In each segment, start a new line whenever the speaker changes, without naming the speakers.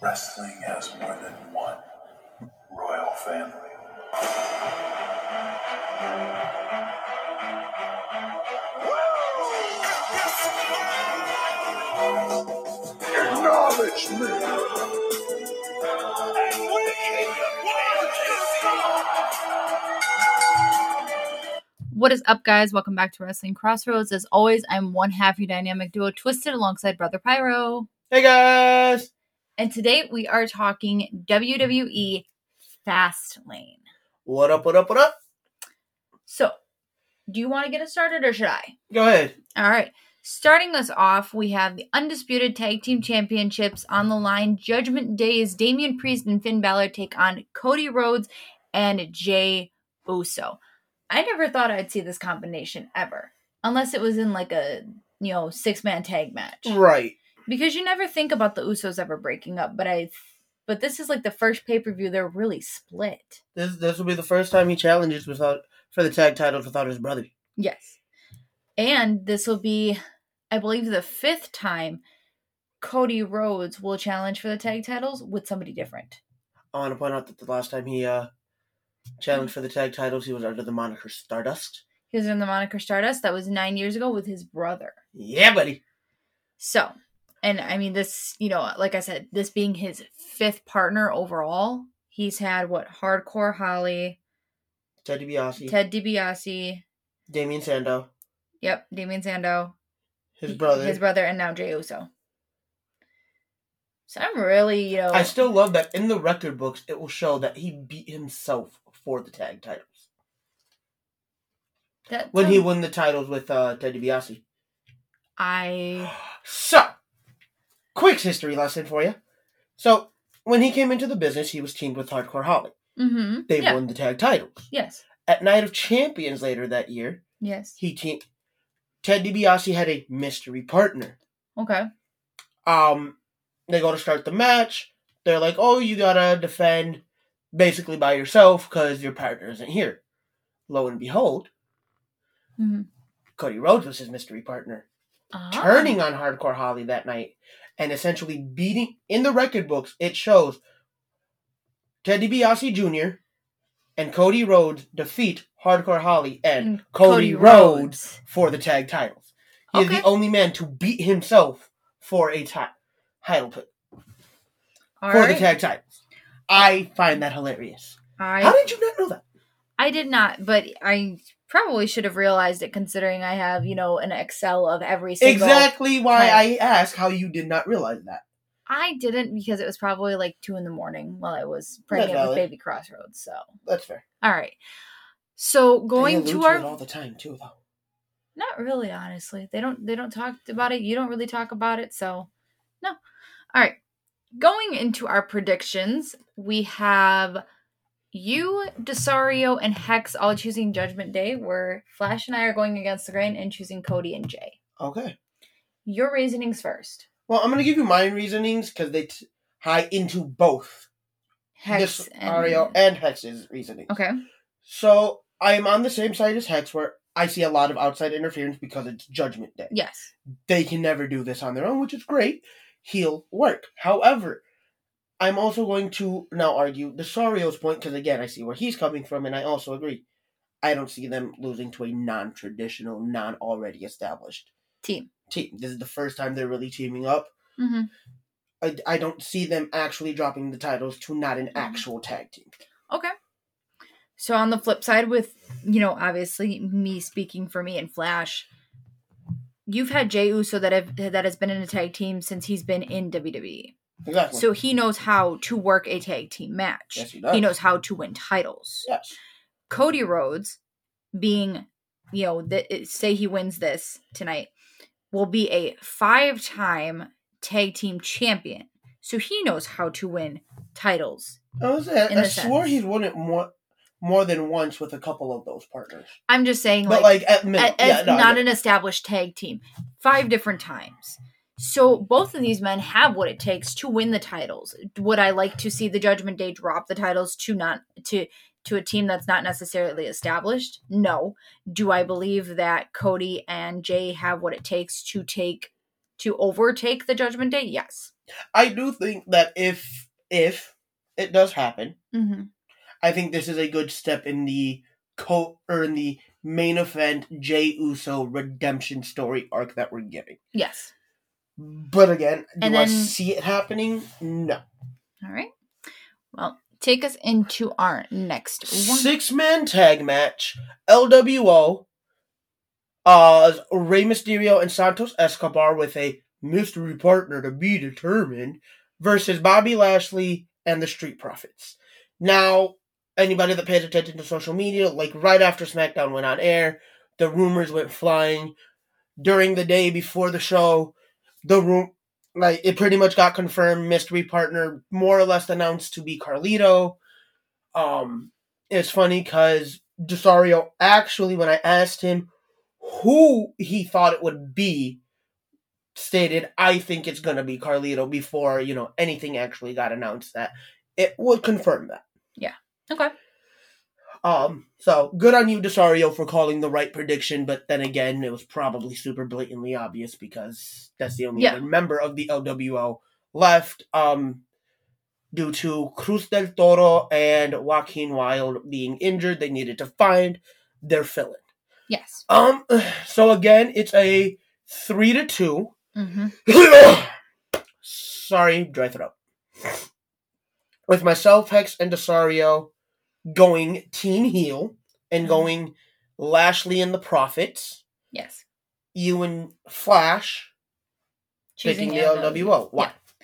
Wrestling has more than one royal family. Acknowledge me.
What is up, guys? Welcome back to Wrestling Crossroads. As always, I'm one half your dynamic duo, Twisted, alongside Brother Pyro.
Hey guys!
And today we are talking WWE Fastlane.
What up, what up, what up?
So, do you want to get us started or should I?
Go ahead.
All right. Starting us off, we have the Undisputed Tag Team Championships on the line. Judgment Day is Damian Priest and Finn Balor take on Cody Rhodes and Jay Uso. I never thought I'd see this combination ever, unless it was in like a, you know, six man tag match.
Right.
Because you never think about the Usos ever breaking up, but I but this is like the first pay-per-view they're really split.
This this will be the first time he challenges without for the tag titles without his brother.
Yes. And this will be, I believe, the fifth time Cody Rhodes will challenge for the tag titles with somebody different.
I want to point out that the last time he uh challenged for the tag titles, he was under the moniker Stardust.
He was in the moniker Stardust. That was nine years ago with his brother.
Yeah, buddy.
So, and I mean, this, you know, like I said, this being his fifth partner overall, he's had what? Hardcore Holly,
Ted DiBiase,
Ted DiBiase,
Damien Sandow,
yep, Damien Sandow,
his brother.
his brother, and now Jey Uso. So I'm really, you know,
I still love that in the record books it will show that he beat himself for the tag titles
that-
when he won the titles with uh Ted DiBiase.
I
So, quick history lesson for you. So, when he came into the business, he was teamed with Hardcore Holly.
Mm-hmm.
They
yeah.
won the tag titles.
Yes.
At Night of Champions later that year,
Yes.
he teamed. Ted DiBiase had a mystery partner.
Okay.
Um, they go to start the match. They're like, "Oh, you gotta defend basically by yourself because your partner isn't here." Lo and behold,
Mm-hmm.
Cody Rhodes was his mystery partner. Ah. turning
Ah.
on Hardcore Holly that night and essentially beating in the record books. It shows Ted DiBiase Jr. and Cody Rhodes defeat Hardcore Holly and, Cody, Rhodes, for the tag titles. He is
Okay.
the only man to beat himself for a ti- title put,
All
for
right.
the tag titles. I find that hilarious. How
I
did you not know that?
I did not, but I probably should have realized it considering I have you know an Excel of every single.
Exactly why
title.
I asked how you did not realize that.
I didn't because it was probably like two in the morning while I was pregnant with
valid.
baby Crossroads. So
That's fair.
all right. So
They
going
allude
to
it all
our
the time too, though.
not really honestly they don't they don't talk about it you don't really talk about it so no all right going into our predictions we have you desario and hex all choosing judgment day where flash and i are going against the grain and choosing cody and jay
Okay.
your reasonings first
Well, I'm gonna give you my reasonings because they t- tie into both
hex
this
and
Ariel and Hex's reasoning.
okay
So I am on the same side as Hex, where I see a lot of outside interference because it's Judgment Day.
yes
They can never do this on their own, which is great. He'll work. However, I'm also going to now argue Desario's point because again, I see where he's coming from, and I also agree. I don't see them losing to a non-traditional, non-already established
team
team. This is the first time they're really teaming up.
hmm
I, I don't see them actually dropping the titles to not
Mm-hmm.
an actual tag team.
okay so on the flip side with you know obviously me speaking for me and flash you've had Jey Uso that have, that has been in a tag team since he's been in WWE.
Exactly.
So he knows how to work a tag team match.
Yes, he does.
knows how to win titles.
yes.
Cody Rhodes being, you know, th- say he wins this tonight, will be a five-time tag team champion. So he knows how to win titles.
I was I,
In
I
a
swore
sense.
he's won it more more than once with a couple of those partners.
I'm just saying
But
like,
like, at minimum,
a- as
yeah, no, I
not
get
an established tag team five different times so both of these men have what it takes to win the titles would i like to see the judgment day drop the titles to not to to a team that's not necessarily established no do i believe that cody and jay have what it takes to take to overtake the judgment day yes
I do think that if if it does happen,
Mm-hmm.
I think this is a good step in the co or in the main event Jay Uso redemption story arc that we're getting.
Yes.
But again, do
And
I
then-
see it happening? No.
All right. Well, take us into our next one.
Six man tag match, LWO, uh, Rey Mysterio and Santos Escobar with a mystery partner to be determined versus Bobby Lashley and the Street Profits. Now, anybody that pays attention to social media, like right after SmackDown went on air, the rumors went flying. During the day before the show, the room, like, it pretty much got confirmed. Mystery partner, more or less announced to be Carlito. Um, it's funny because Desario actually, when I asked him who he thought it would be, stated, I think it's going to be Carlito before, you know, anything actually got announced that it would confirm that.
Okay.
Um, so good on you, Desario, for calling the right prediction, but then again, it was probably super blatantly obvious because that's the only
Yeah.
other member of the LWO left, um, due to Cruz del Toro and Joaquin Wild being injured, they needed to find their fill-in.
Yes.
Um, so again, it's a three to two.
Mm-hmm.
Sorry, dry throat. With myself, Hex, and Desario going team heel and going Lashley and the Prophets,
Yes.
you and Flash picking the LWO. Why?
Yeah.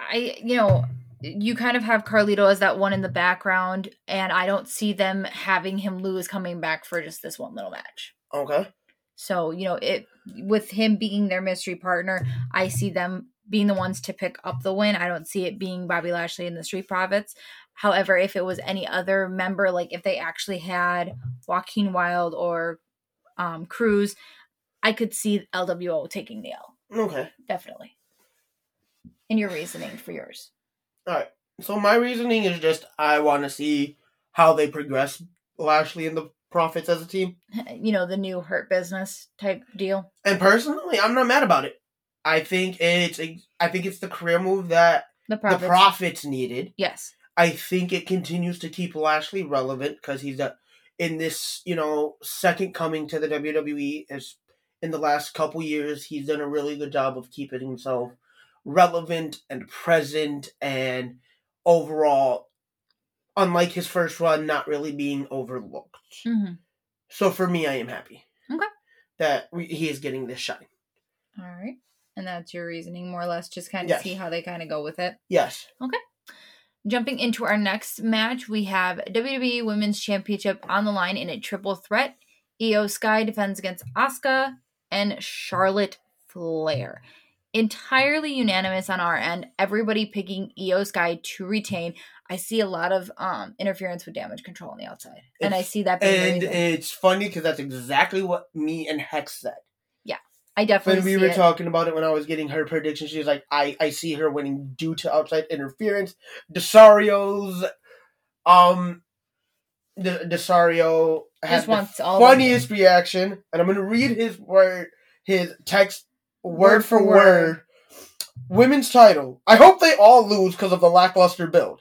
I, you know, you kind of have Carlito as that one in the background, and I don't see them having him lose coming back for just this one little match.
Okay.
So, you know, it with him being their mystery partner, I see them being the ones to pick up the win. I don't see it being Bobby Lashley and the Street Profits. However, if it was any other member, like if they actually had Joaquin Wild or um, Cruz, I could see LWO taking the L.
Okay.
Definitely. And your reasoning for yours.
So my reasoning is just I want to see how they progress Lashley and the Prophets as a team.
you know the new hurt business type deal
And personally, I'm not mad about it. I think it's a, I think it's the career move that
the profits
the Prophets needed.
yes
I think it continues to keep Lashley relevant because he's a, in this, you know, second coming to the WWE. As in the last couple years, he's done a really good job of keeping himself relevant and present, and overall, unlike his first run, not really being overlooked.
Mhm.
So for me, I am happy.
Okay.
That we, he is getting this shine.
all right and that's your reasoning more or less just kind of
Yes.
see how they kind of go with it
Yes.
jumping into our next match we have wwe women's championship on the line in a triple threat eo sky defends against asuka and charlotte flair entirely unanimous on our end everybody picking eo sky to retain i see a lot of um interference with damage control on the outside and i
It's-
see that being the
And
reason.
it's funny because that's exactly what me and Hex said.
i
when
definitely
we
see
were
it.
talking about it when I was getting her prediction, she was like, I, I see her winning due to outside interference. Desario's um De- Desario
just
has the
wants all of them.
funniest reaction, and I'm gonna read his word his text word,
Word
for
for
word. Women's title. I hope they all lose because of the lackluster build.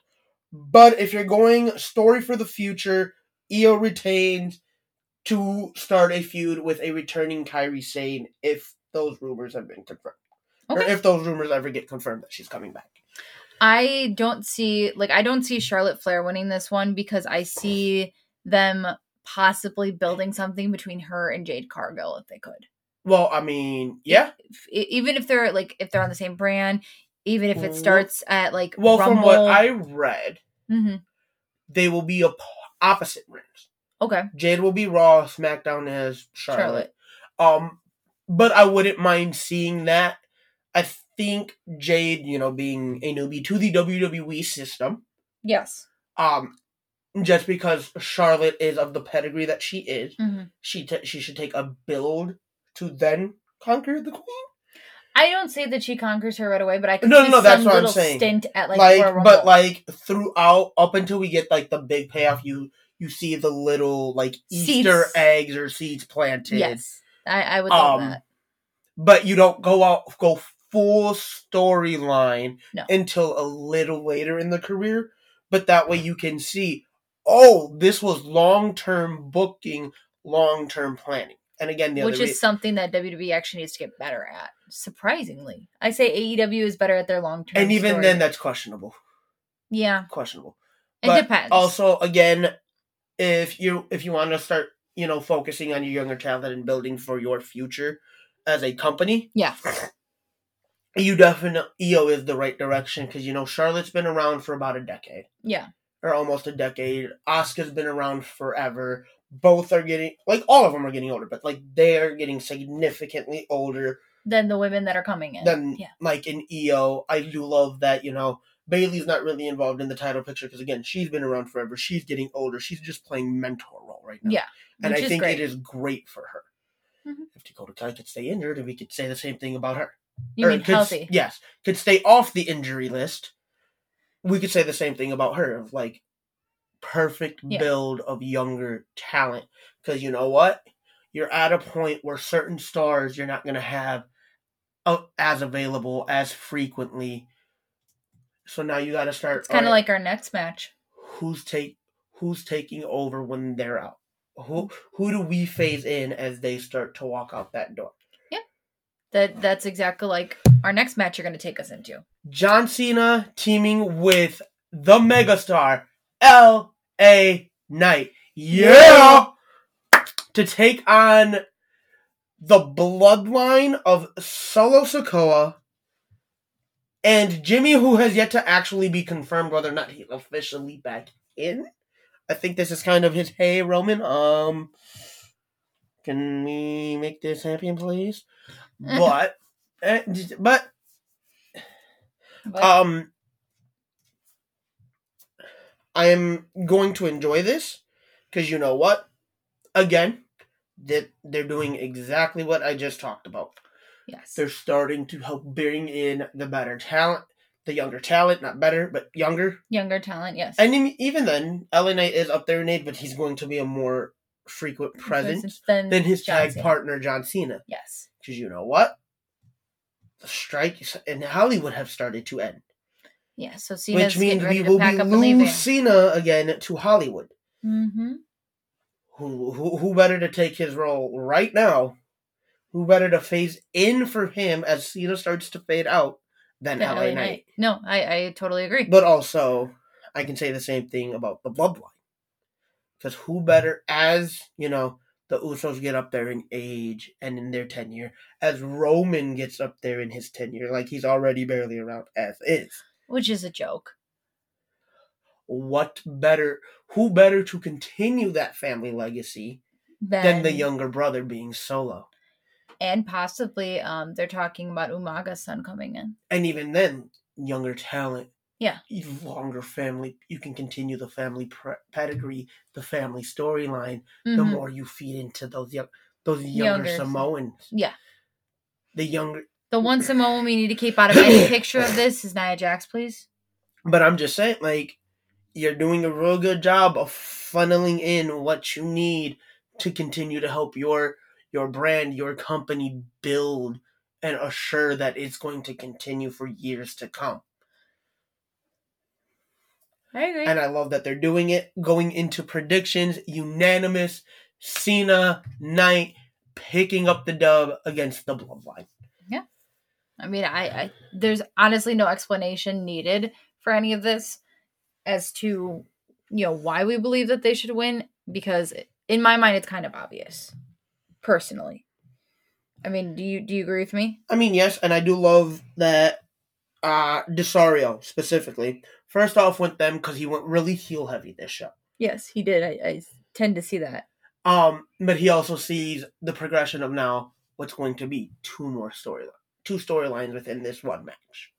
But if you're going story for the future, Io retains to start a feud with a returning Kyrie Sane if those rumors have been confirmed. Or
Okay.
if those rumors ever get confirmed that she's coming back.
I don't see like I don't see Charlotte Flair winning this one because I see them possibly building something between her and Jade Cargill if they could.
Well, I mean, yeah.
If- e- even if they're like if they're on the same brand, even if it
Mhm.
starts at like
Well, from
Rumble-
what I read,
Mhm.
they will be op- opposite rings.
okay
Jade will be Raw, SmackDown is Charlotte.
Charlotte
Um, but I wouldn't mind seeing that. I think Jade, you know, being a newbie to the WWE system,
yes
um, just because Charlotte is of the pedigree that she is,
Mhm.
she t- she should take a build to then conquer the queen.
I don't say that she conquers her right away, but I can
No, no,
see
no, that's
some
what I'm
little
saying.
stint at like,
Like,
Royal Rumble.
but like throughout up until we get like the big payoff, you you see the little like Easter
Seeds.
eggs or seeds planted.
yes, I, I would love
Um,
that.
But you don't go out go full storyline
No.
until a little later in the career, but that way you can see, oh, this was long term booking, long term planning. And again, the
which
other
is
rea-
something that WWE actually needs to get better at. Surprisingly, I say AEW is better at their long term.
and even then, that's questionable.
yeah,
Questionable.
it
But
depends.
Also, again, if you if you want to start, you know, focusing on your younger talent and building for your future as a company,
yeah,
you definitely EO is the right direction because you know Charlotte's been around for about a decade
yeah,
or almost a decade. Oscar's been around forever. Both are getting like all of them are getting older, but like they are getting significantly older
then the women that are coming in.
than
yeah,
like in EO. I do love that you know Bailey's not really involved in the title picture because again she's been around forever. She's getting older. She's just playing mentor role right now.
Yeah,
and
which
I
is
think
great.
it is great for her.
Mhm.
If Dakota Kai could stay injured, and we could say the same thing about her
You
or
mean
could s-
healthy?
Yes, could stay off the injury list. We could say the same thing about her of like perfect
Yeah.
build of younger talent because you know what you're at a point where certain stars you're not going to have a- as available as frequently. So now you got to start.
It's kind of
alright,
like our next match.
who's take who's taking over when they're out. Who who do we phase in as they start to walk out that door?
That that's exactly like our next match. You're going to take us into.
John Cena teaming with the megastar L.A. Knight. Yeah! To take on the bloodline of Solo Sokoa and Jimmy, who has yet to actually be confirmed whether or not he's officially back in. I think this is kind of his hey, Roman. Um, can we make this happen, please? But, eh, but
But
um, I am going to enjoy this because you know what? Again, that they're doing exactly what I just talked about.
yes,
They're starting to help bring in the better talent, the younger talent, not better, but younger.
younger talent. Yes,
And em- even then, LA Knight is up there in age, but he's going to be a more frequent presence
Then
than his
John
tag
Cena.
partner John Cena.
Yes,
Because you know what? The strikes in Hollywood have started to end.
yeah. So Cena's
which means
getting
we
ready
will
to
be
pack up and leaving.
losing Cena again to Hollywood.
Mm-hmm.
Who, who who better to take his role right now? Who better to phase in for him as Cena starts to fade out than LA, Knight.
No, I I totally agree.
But also, I can say the same thing about the Bloodline. Because who better, as you know, the Usos get up there in age and in their tenure, as Roman gets up there in his tenure, like he's already barely around as is.
Which is a joke.
what better who better to continue that family legacy
Then,
than the younger brother being solo
and possibly um they're talking about Umaga's son coming in.
and even then younger talent
Yeah.
even longer family you can continue the family pre- pedigree the family storyline the
Mhm.
more you feed into those young those younger,
Younger.
samoans
Yeah.
the younger
The one Samoan we need to keep out of any picture of this is Nia Jax, please.
but i'm just saying like you're doing a real good job of funneling in what you need to continue to help your your brand, your company build and assure that it's going to continue for years to come.
I agree.
And I love that they're doing it. Going into predictions, unanimous Cena Knight picking up the dub against the bloodline.
I mean, I, I there's honestly no explanation needed for any of this as to you know why we believe that they should win because in my mind it's kind of obvious personally. I mean, do you do you agree with me?
I mean, yes, and I do love that uh Desario specifically. First off with them because he went really heel heavy this show.
Yes, he did. I, I tend to see that.
Um, but he also sees the progression of now what's going to be two more storyline, two storylines within this one match.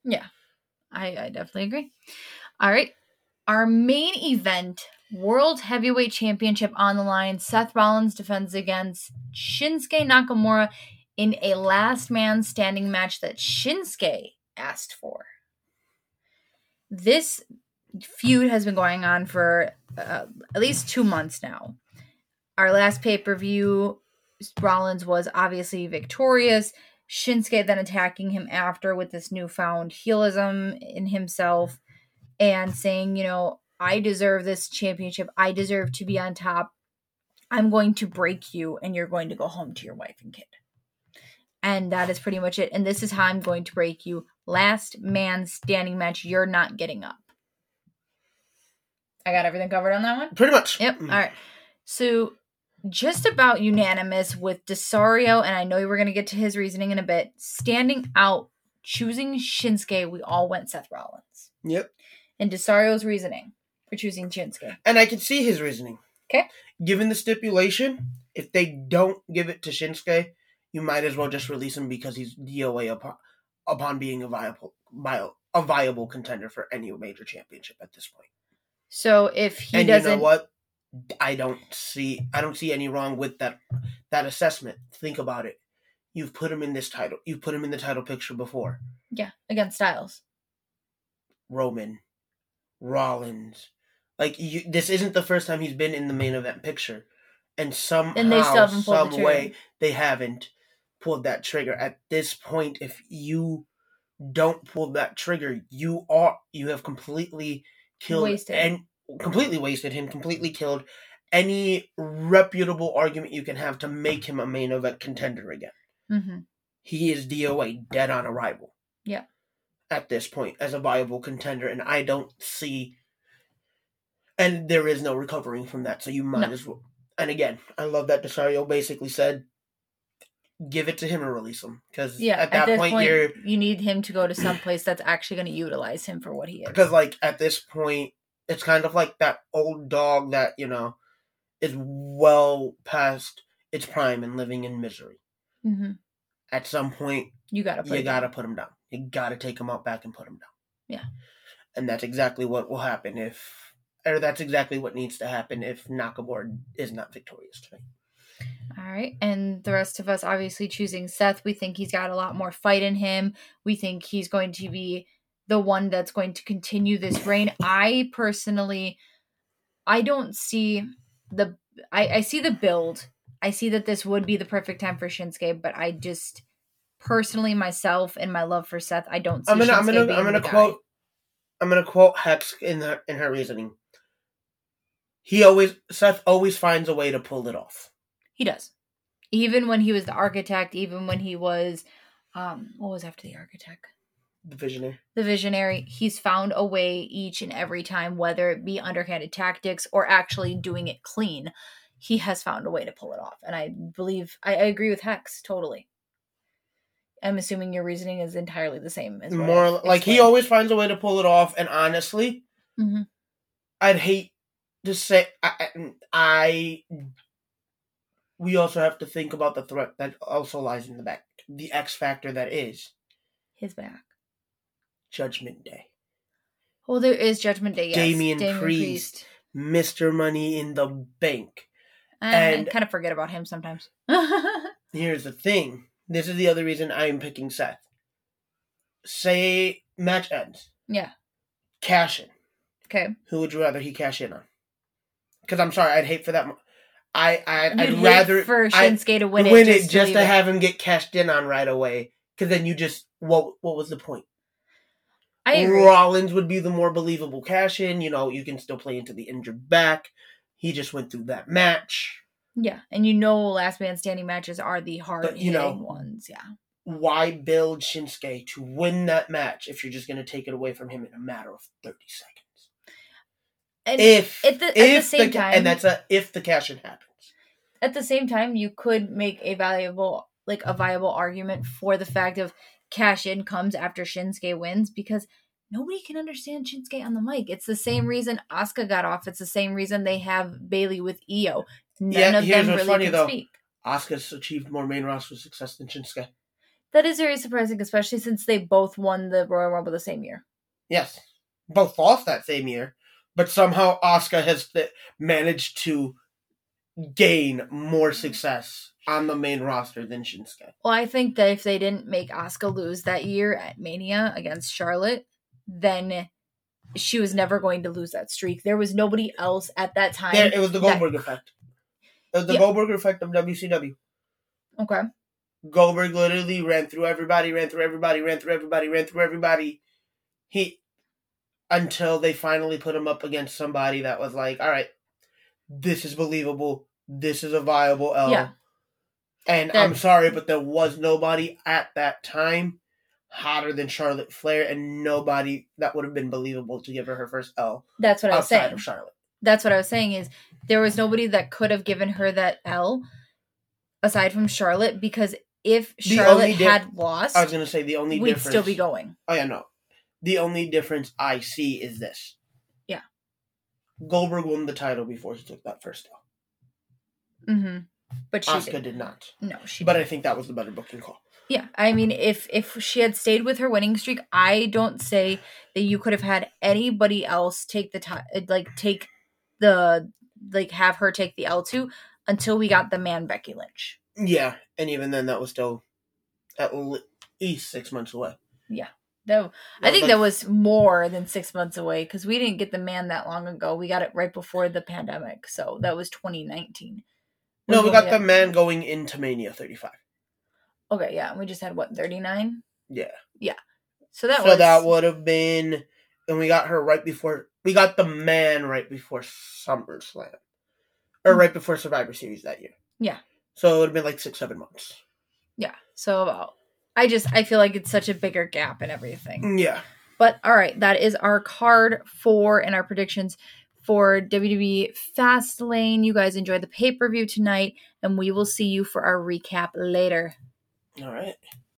I, I definitely agree. All right. Our main event, World Heavyweight Championship on the line. Seth Rollins defends against Shinsuke Nakamura in a last man standing match that Shinsuke asked for. This feud has been going on for uh, at least two months now. Our last pay per view, Rollins was obviously victorious. Shinsuke then attacking him after with this newfound heelism in himself and saying, you know, I deserve this championship. I deserve to be on top. I'm going to break you and you're going to go home to your wife and kid. And that is pretty much it. And this is how I'm going to break you. Last man standing match. You're not getting up. I got everything covered on that one?
Pretty much. Mm-hmm.
Yep. All right. So just about unanimous with Desario, and I know we're going to get to his reasoning in a bit. Standing out, choosing Shinsuke, we all went Seth Rollins.
Yep.
And Desario's reasoning for choosing Shinsuke.
And I can see his reasoning.
'Kay.
Given the stipulation, if they don't give it to Shinsuke, you might as well just release him because he's DOA upon, upon being a viable, viable a viable contender for any major championship at this point.
So if he
and you
doesn't,
know what? I don't see I don't see any wrong with that that assessment. Think about it. You've put him in this title. You've put him in the title picture before.
yeah, against Styles.
Roman, Rollins. Like you, this isn't the first time he's been in the main event picture, and somehow,
And they still haven't pulled
some
the
way,
trigger.
they haven't pulled that trigger. At this point, if you don't pull that trigger, you are you have completely killed
Wasted.
and completely wasted him, completely killed any reputable argument you can have to make him a main event contender again
Mm-hmm.
he is DOA dead on arrival.
Yeah.
At this point, as a viable contender, and I don't see, and there is no recovering from that. So you might
No.
as well. And again, I love that Desario basically said, "Give it to him and release him," because
Yeah,
at that
this
point, you're
you need him to go to someplace that's actually going to utilize him for what he is.
because like at this point, it's kind of like that old dog that you know is well past its prime and living in misery.
Mhm.
At some point,
You got to
you
play.
gotta put him down. You gotta take him out back and put him down.
Yeah.
And that's exactly what will happen if, or that's exactly what needs to happen if Nakamura is not victorious tonight.
All right. And the rest of us obviously choosing Seth. We think he's got a lot more fight in him. We think he's going to be the one that's going to continue this reign. I personally I don't see the I, I see the build. I see that this would be the perfect time for Shinsuke, but I just personally myself and my love for Seth, I don't see
I'm gonna,
Shinsuke
I'm gonna,
being
I'm gonna
the guy.
quote, I'm gonna quote Hex in her in her reasoning. He always Seth always finds a way to pull it off.
He does. Even when he was the architect, even when he was um what was after the architect?
The visionary.
the visionary, he's found a way each and every time, whether it be underhanded tactics or actually doing it clean. He has found a way to pull it off. And I believe, I, I agree with Hex totally. I'm assuming your reasoning is entirely the same as what
More
I've
like he
explained.
always finds a way to pull it off. And honestly,
Mhm.
I'd hate to say I, mm, I. I- We also have to think about the threat that also lies in the back, the X factor that is
his back.
Judgment Day,
Well, there is Judgment Day. Yes.
Damian Priest. Mister Money in the Bank.
and
And-
I kind of forget about him sometimes.
Here's the thing. This is the other reason I am picking Seth. Say match ends.
yeah.
Cash in.
Okay.
Who would you rather he cash in on? Because I'm sorry, I'd hate for that. mo- I, I
You'd
I'd
hate
rather
for
I-
Shinsuke to win,
win
it just to, leave it.
have him get cashed in on right away. Because then you just what what was the point?
I agree.
Rollins would be the more believable cash in. You know, you can still play into the injured back. He just went through that match.
Yeah, and you know, last man standing matches are the hard
But, you know-
hitting ones. Yeah,
Why build Shinsuke to win that match if you're just going to take it away from him in a matter of thirty seconds?
and
if
at the- at the
if
same
ca-
time-
and that's a if the cash in happens.
at the same time, you could make a valuable, like
Mm-hmm.
a viable argument for the fact of cash in comes after Shinsuke wins because nobody can understand Shinsuke on the mic. It's the
Mm-hmm.
same reason Asuka got off. It's the same reason they have Bailey with Io. None
Yeah,
of
here's
them
what's
really
funny,
can
though.
speak.
Asuka's achieved more main roster success than Shinsuke.
That is very surprising, especially since they both won the Royal Rumble the same year.
Yes, both lost that same year, but somehow Asuka has th- managed to gain more success on the main roster than Shinsuke.
Well, I think that if they didn't make Asuka lose that year at Mania against Charlotte, then she was never going to lose that streak. There was nobody else at that time.
There, it was the
that-
Goldberg effect. It was the
Yeah.
Goldberg effect of WCW.
okay.
Goldberg literally ran through everybody, ran through everybody, ran through everybody, ran through everybody. He until they finally put him up against somebody that was like, all right, this is believable. This is a viable L.
Yeah.
And
There-
I'm sorry, but there was nobody at that time hotter than Charlotte Flair, and nobody that would have been believable to give her her first L
That's what I was
outside
saying.
of Charlotte.
That's what I was saying is there was nobody that could have given her that L aside from Charlotte because if
The
Charlotte
only di-
had lost,
I was gonna say the only
we'd
difference.
still be going.
Oh yeah, no. The only difference I see is this.
Yeah.
Goldberg won the title before he took that first L.
hmm But she
Oscar
did.
did not.
No, she
But I think that was the better booking call.
Yeah, I mean, if if she had stayed with her winning streak, I don't say that you could have had anybody else take the ti- like take the like have her take the L two until we got the man Becky Lynch.
Yeah, and even then, that was still at least six months away.
That, I think that
like,
was more than six months away because we didn't get the man that long ago. We got it right before the pandemic, so that was 2019.
no. We
Wasn't
got
it?
the man going into Mania 35.
Okay, yeah, and we just had what 39.
Yeah,
So that
so
was
that would have been, and we got her right before we got the man right before SummerSlam, or right before Survivor Series that year.
Mm. Yeah.
So it would have been like six, seven months.
yeah. So about I just I feel like it's such a bigger gap and everything.
Yeah.
But all right, that is our card for and our predictions for WWE Fastlane. You guys enjoy the pay per view tonight, and we will see you for our recap later.
All right.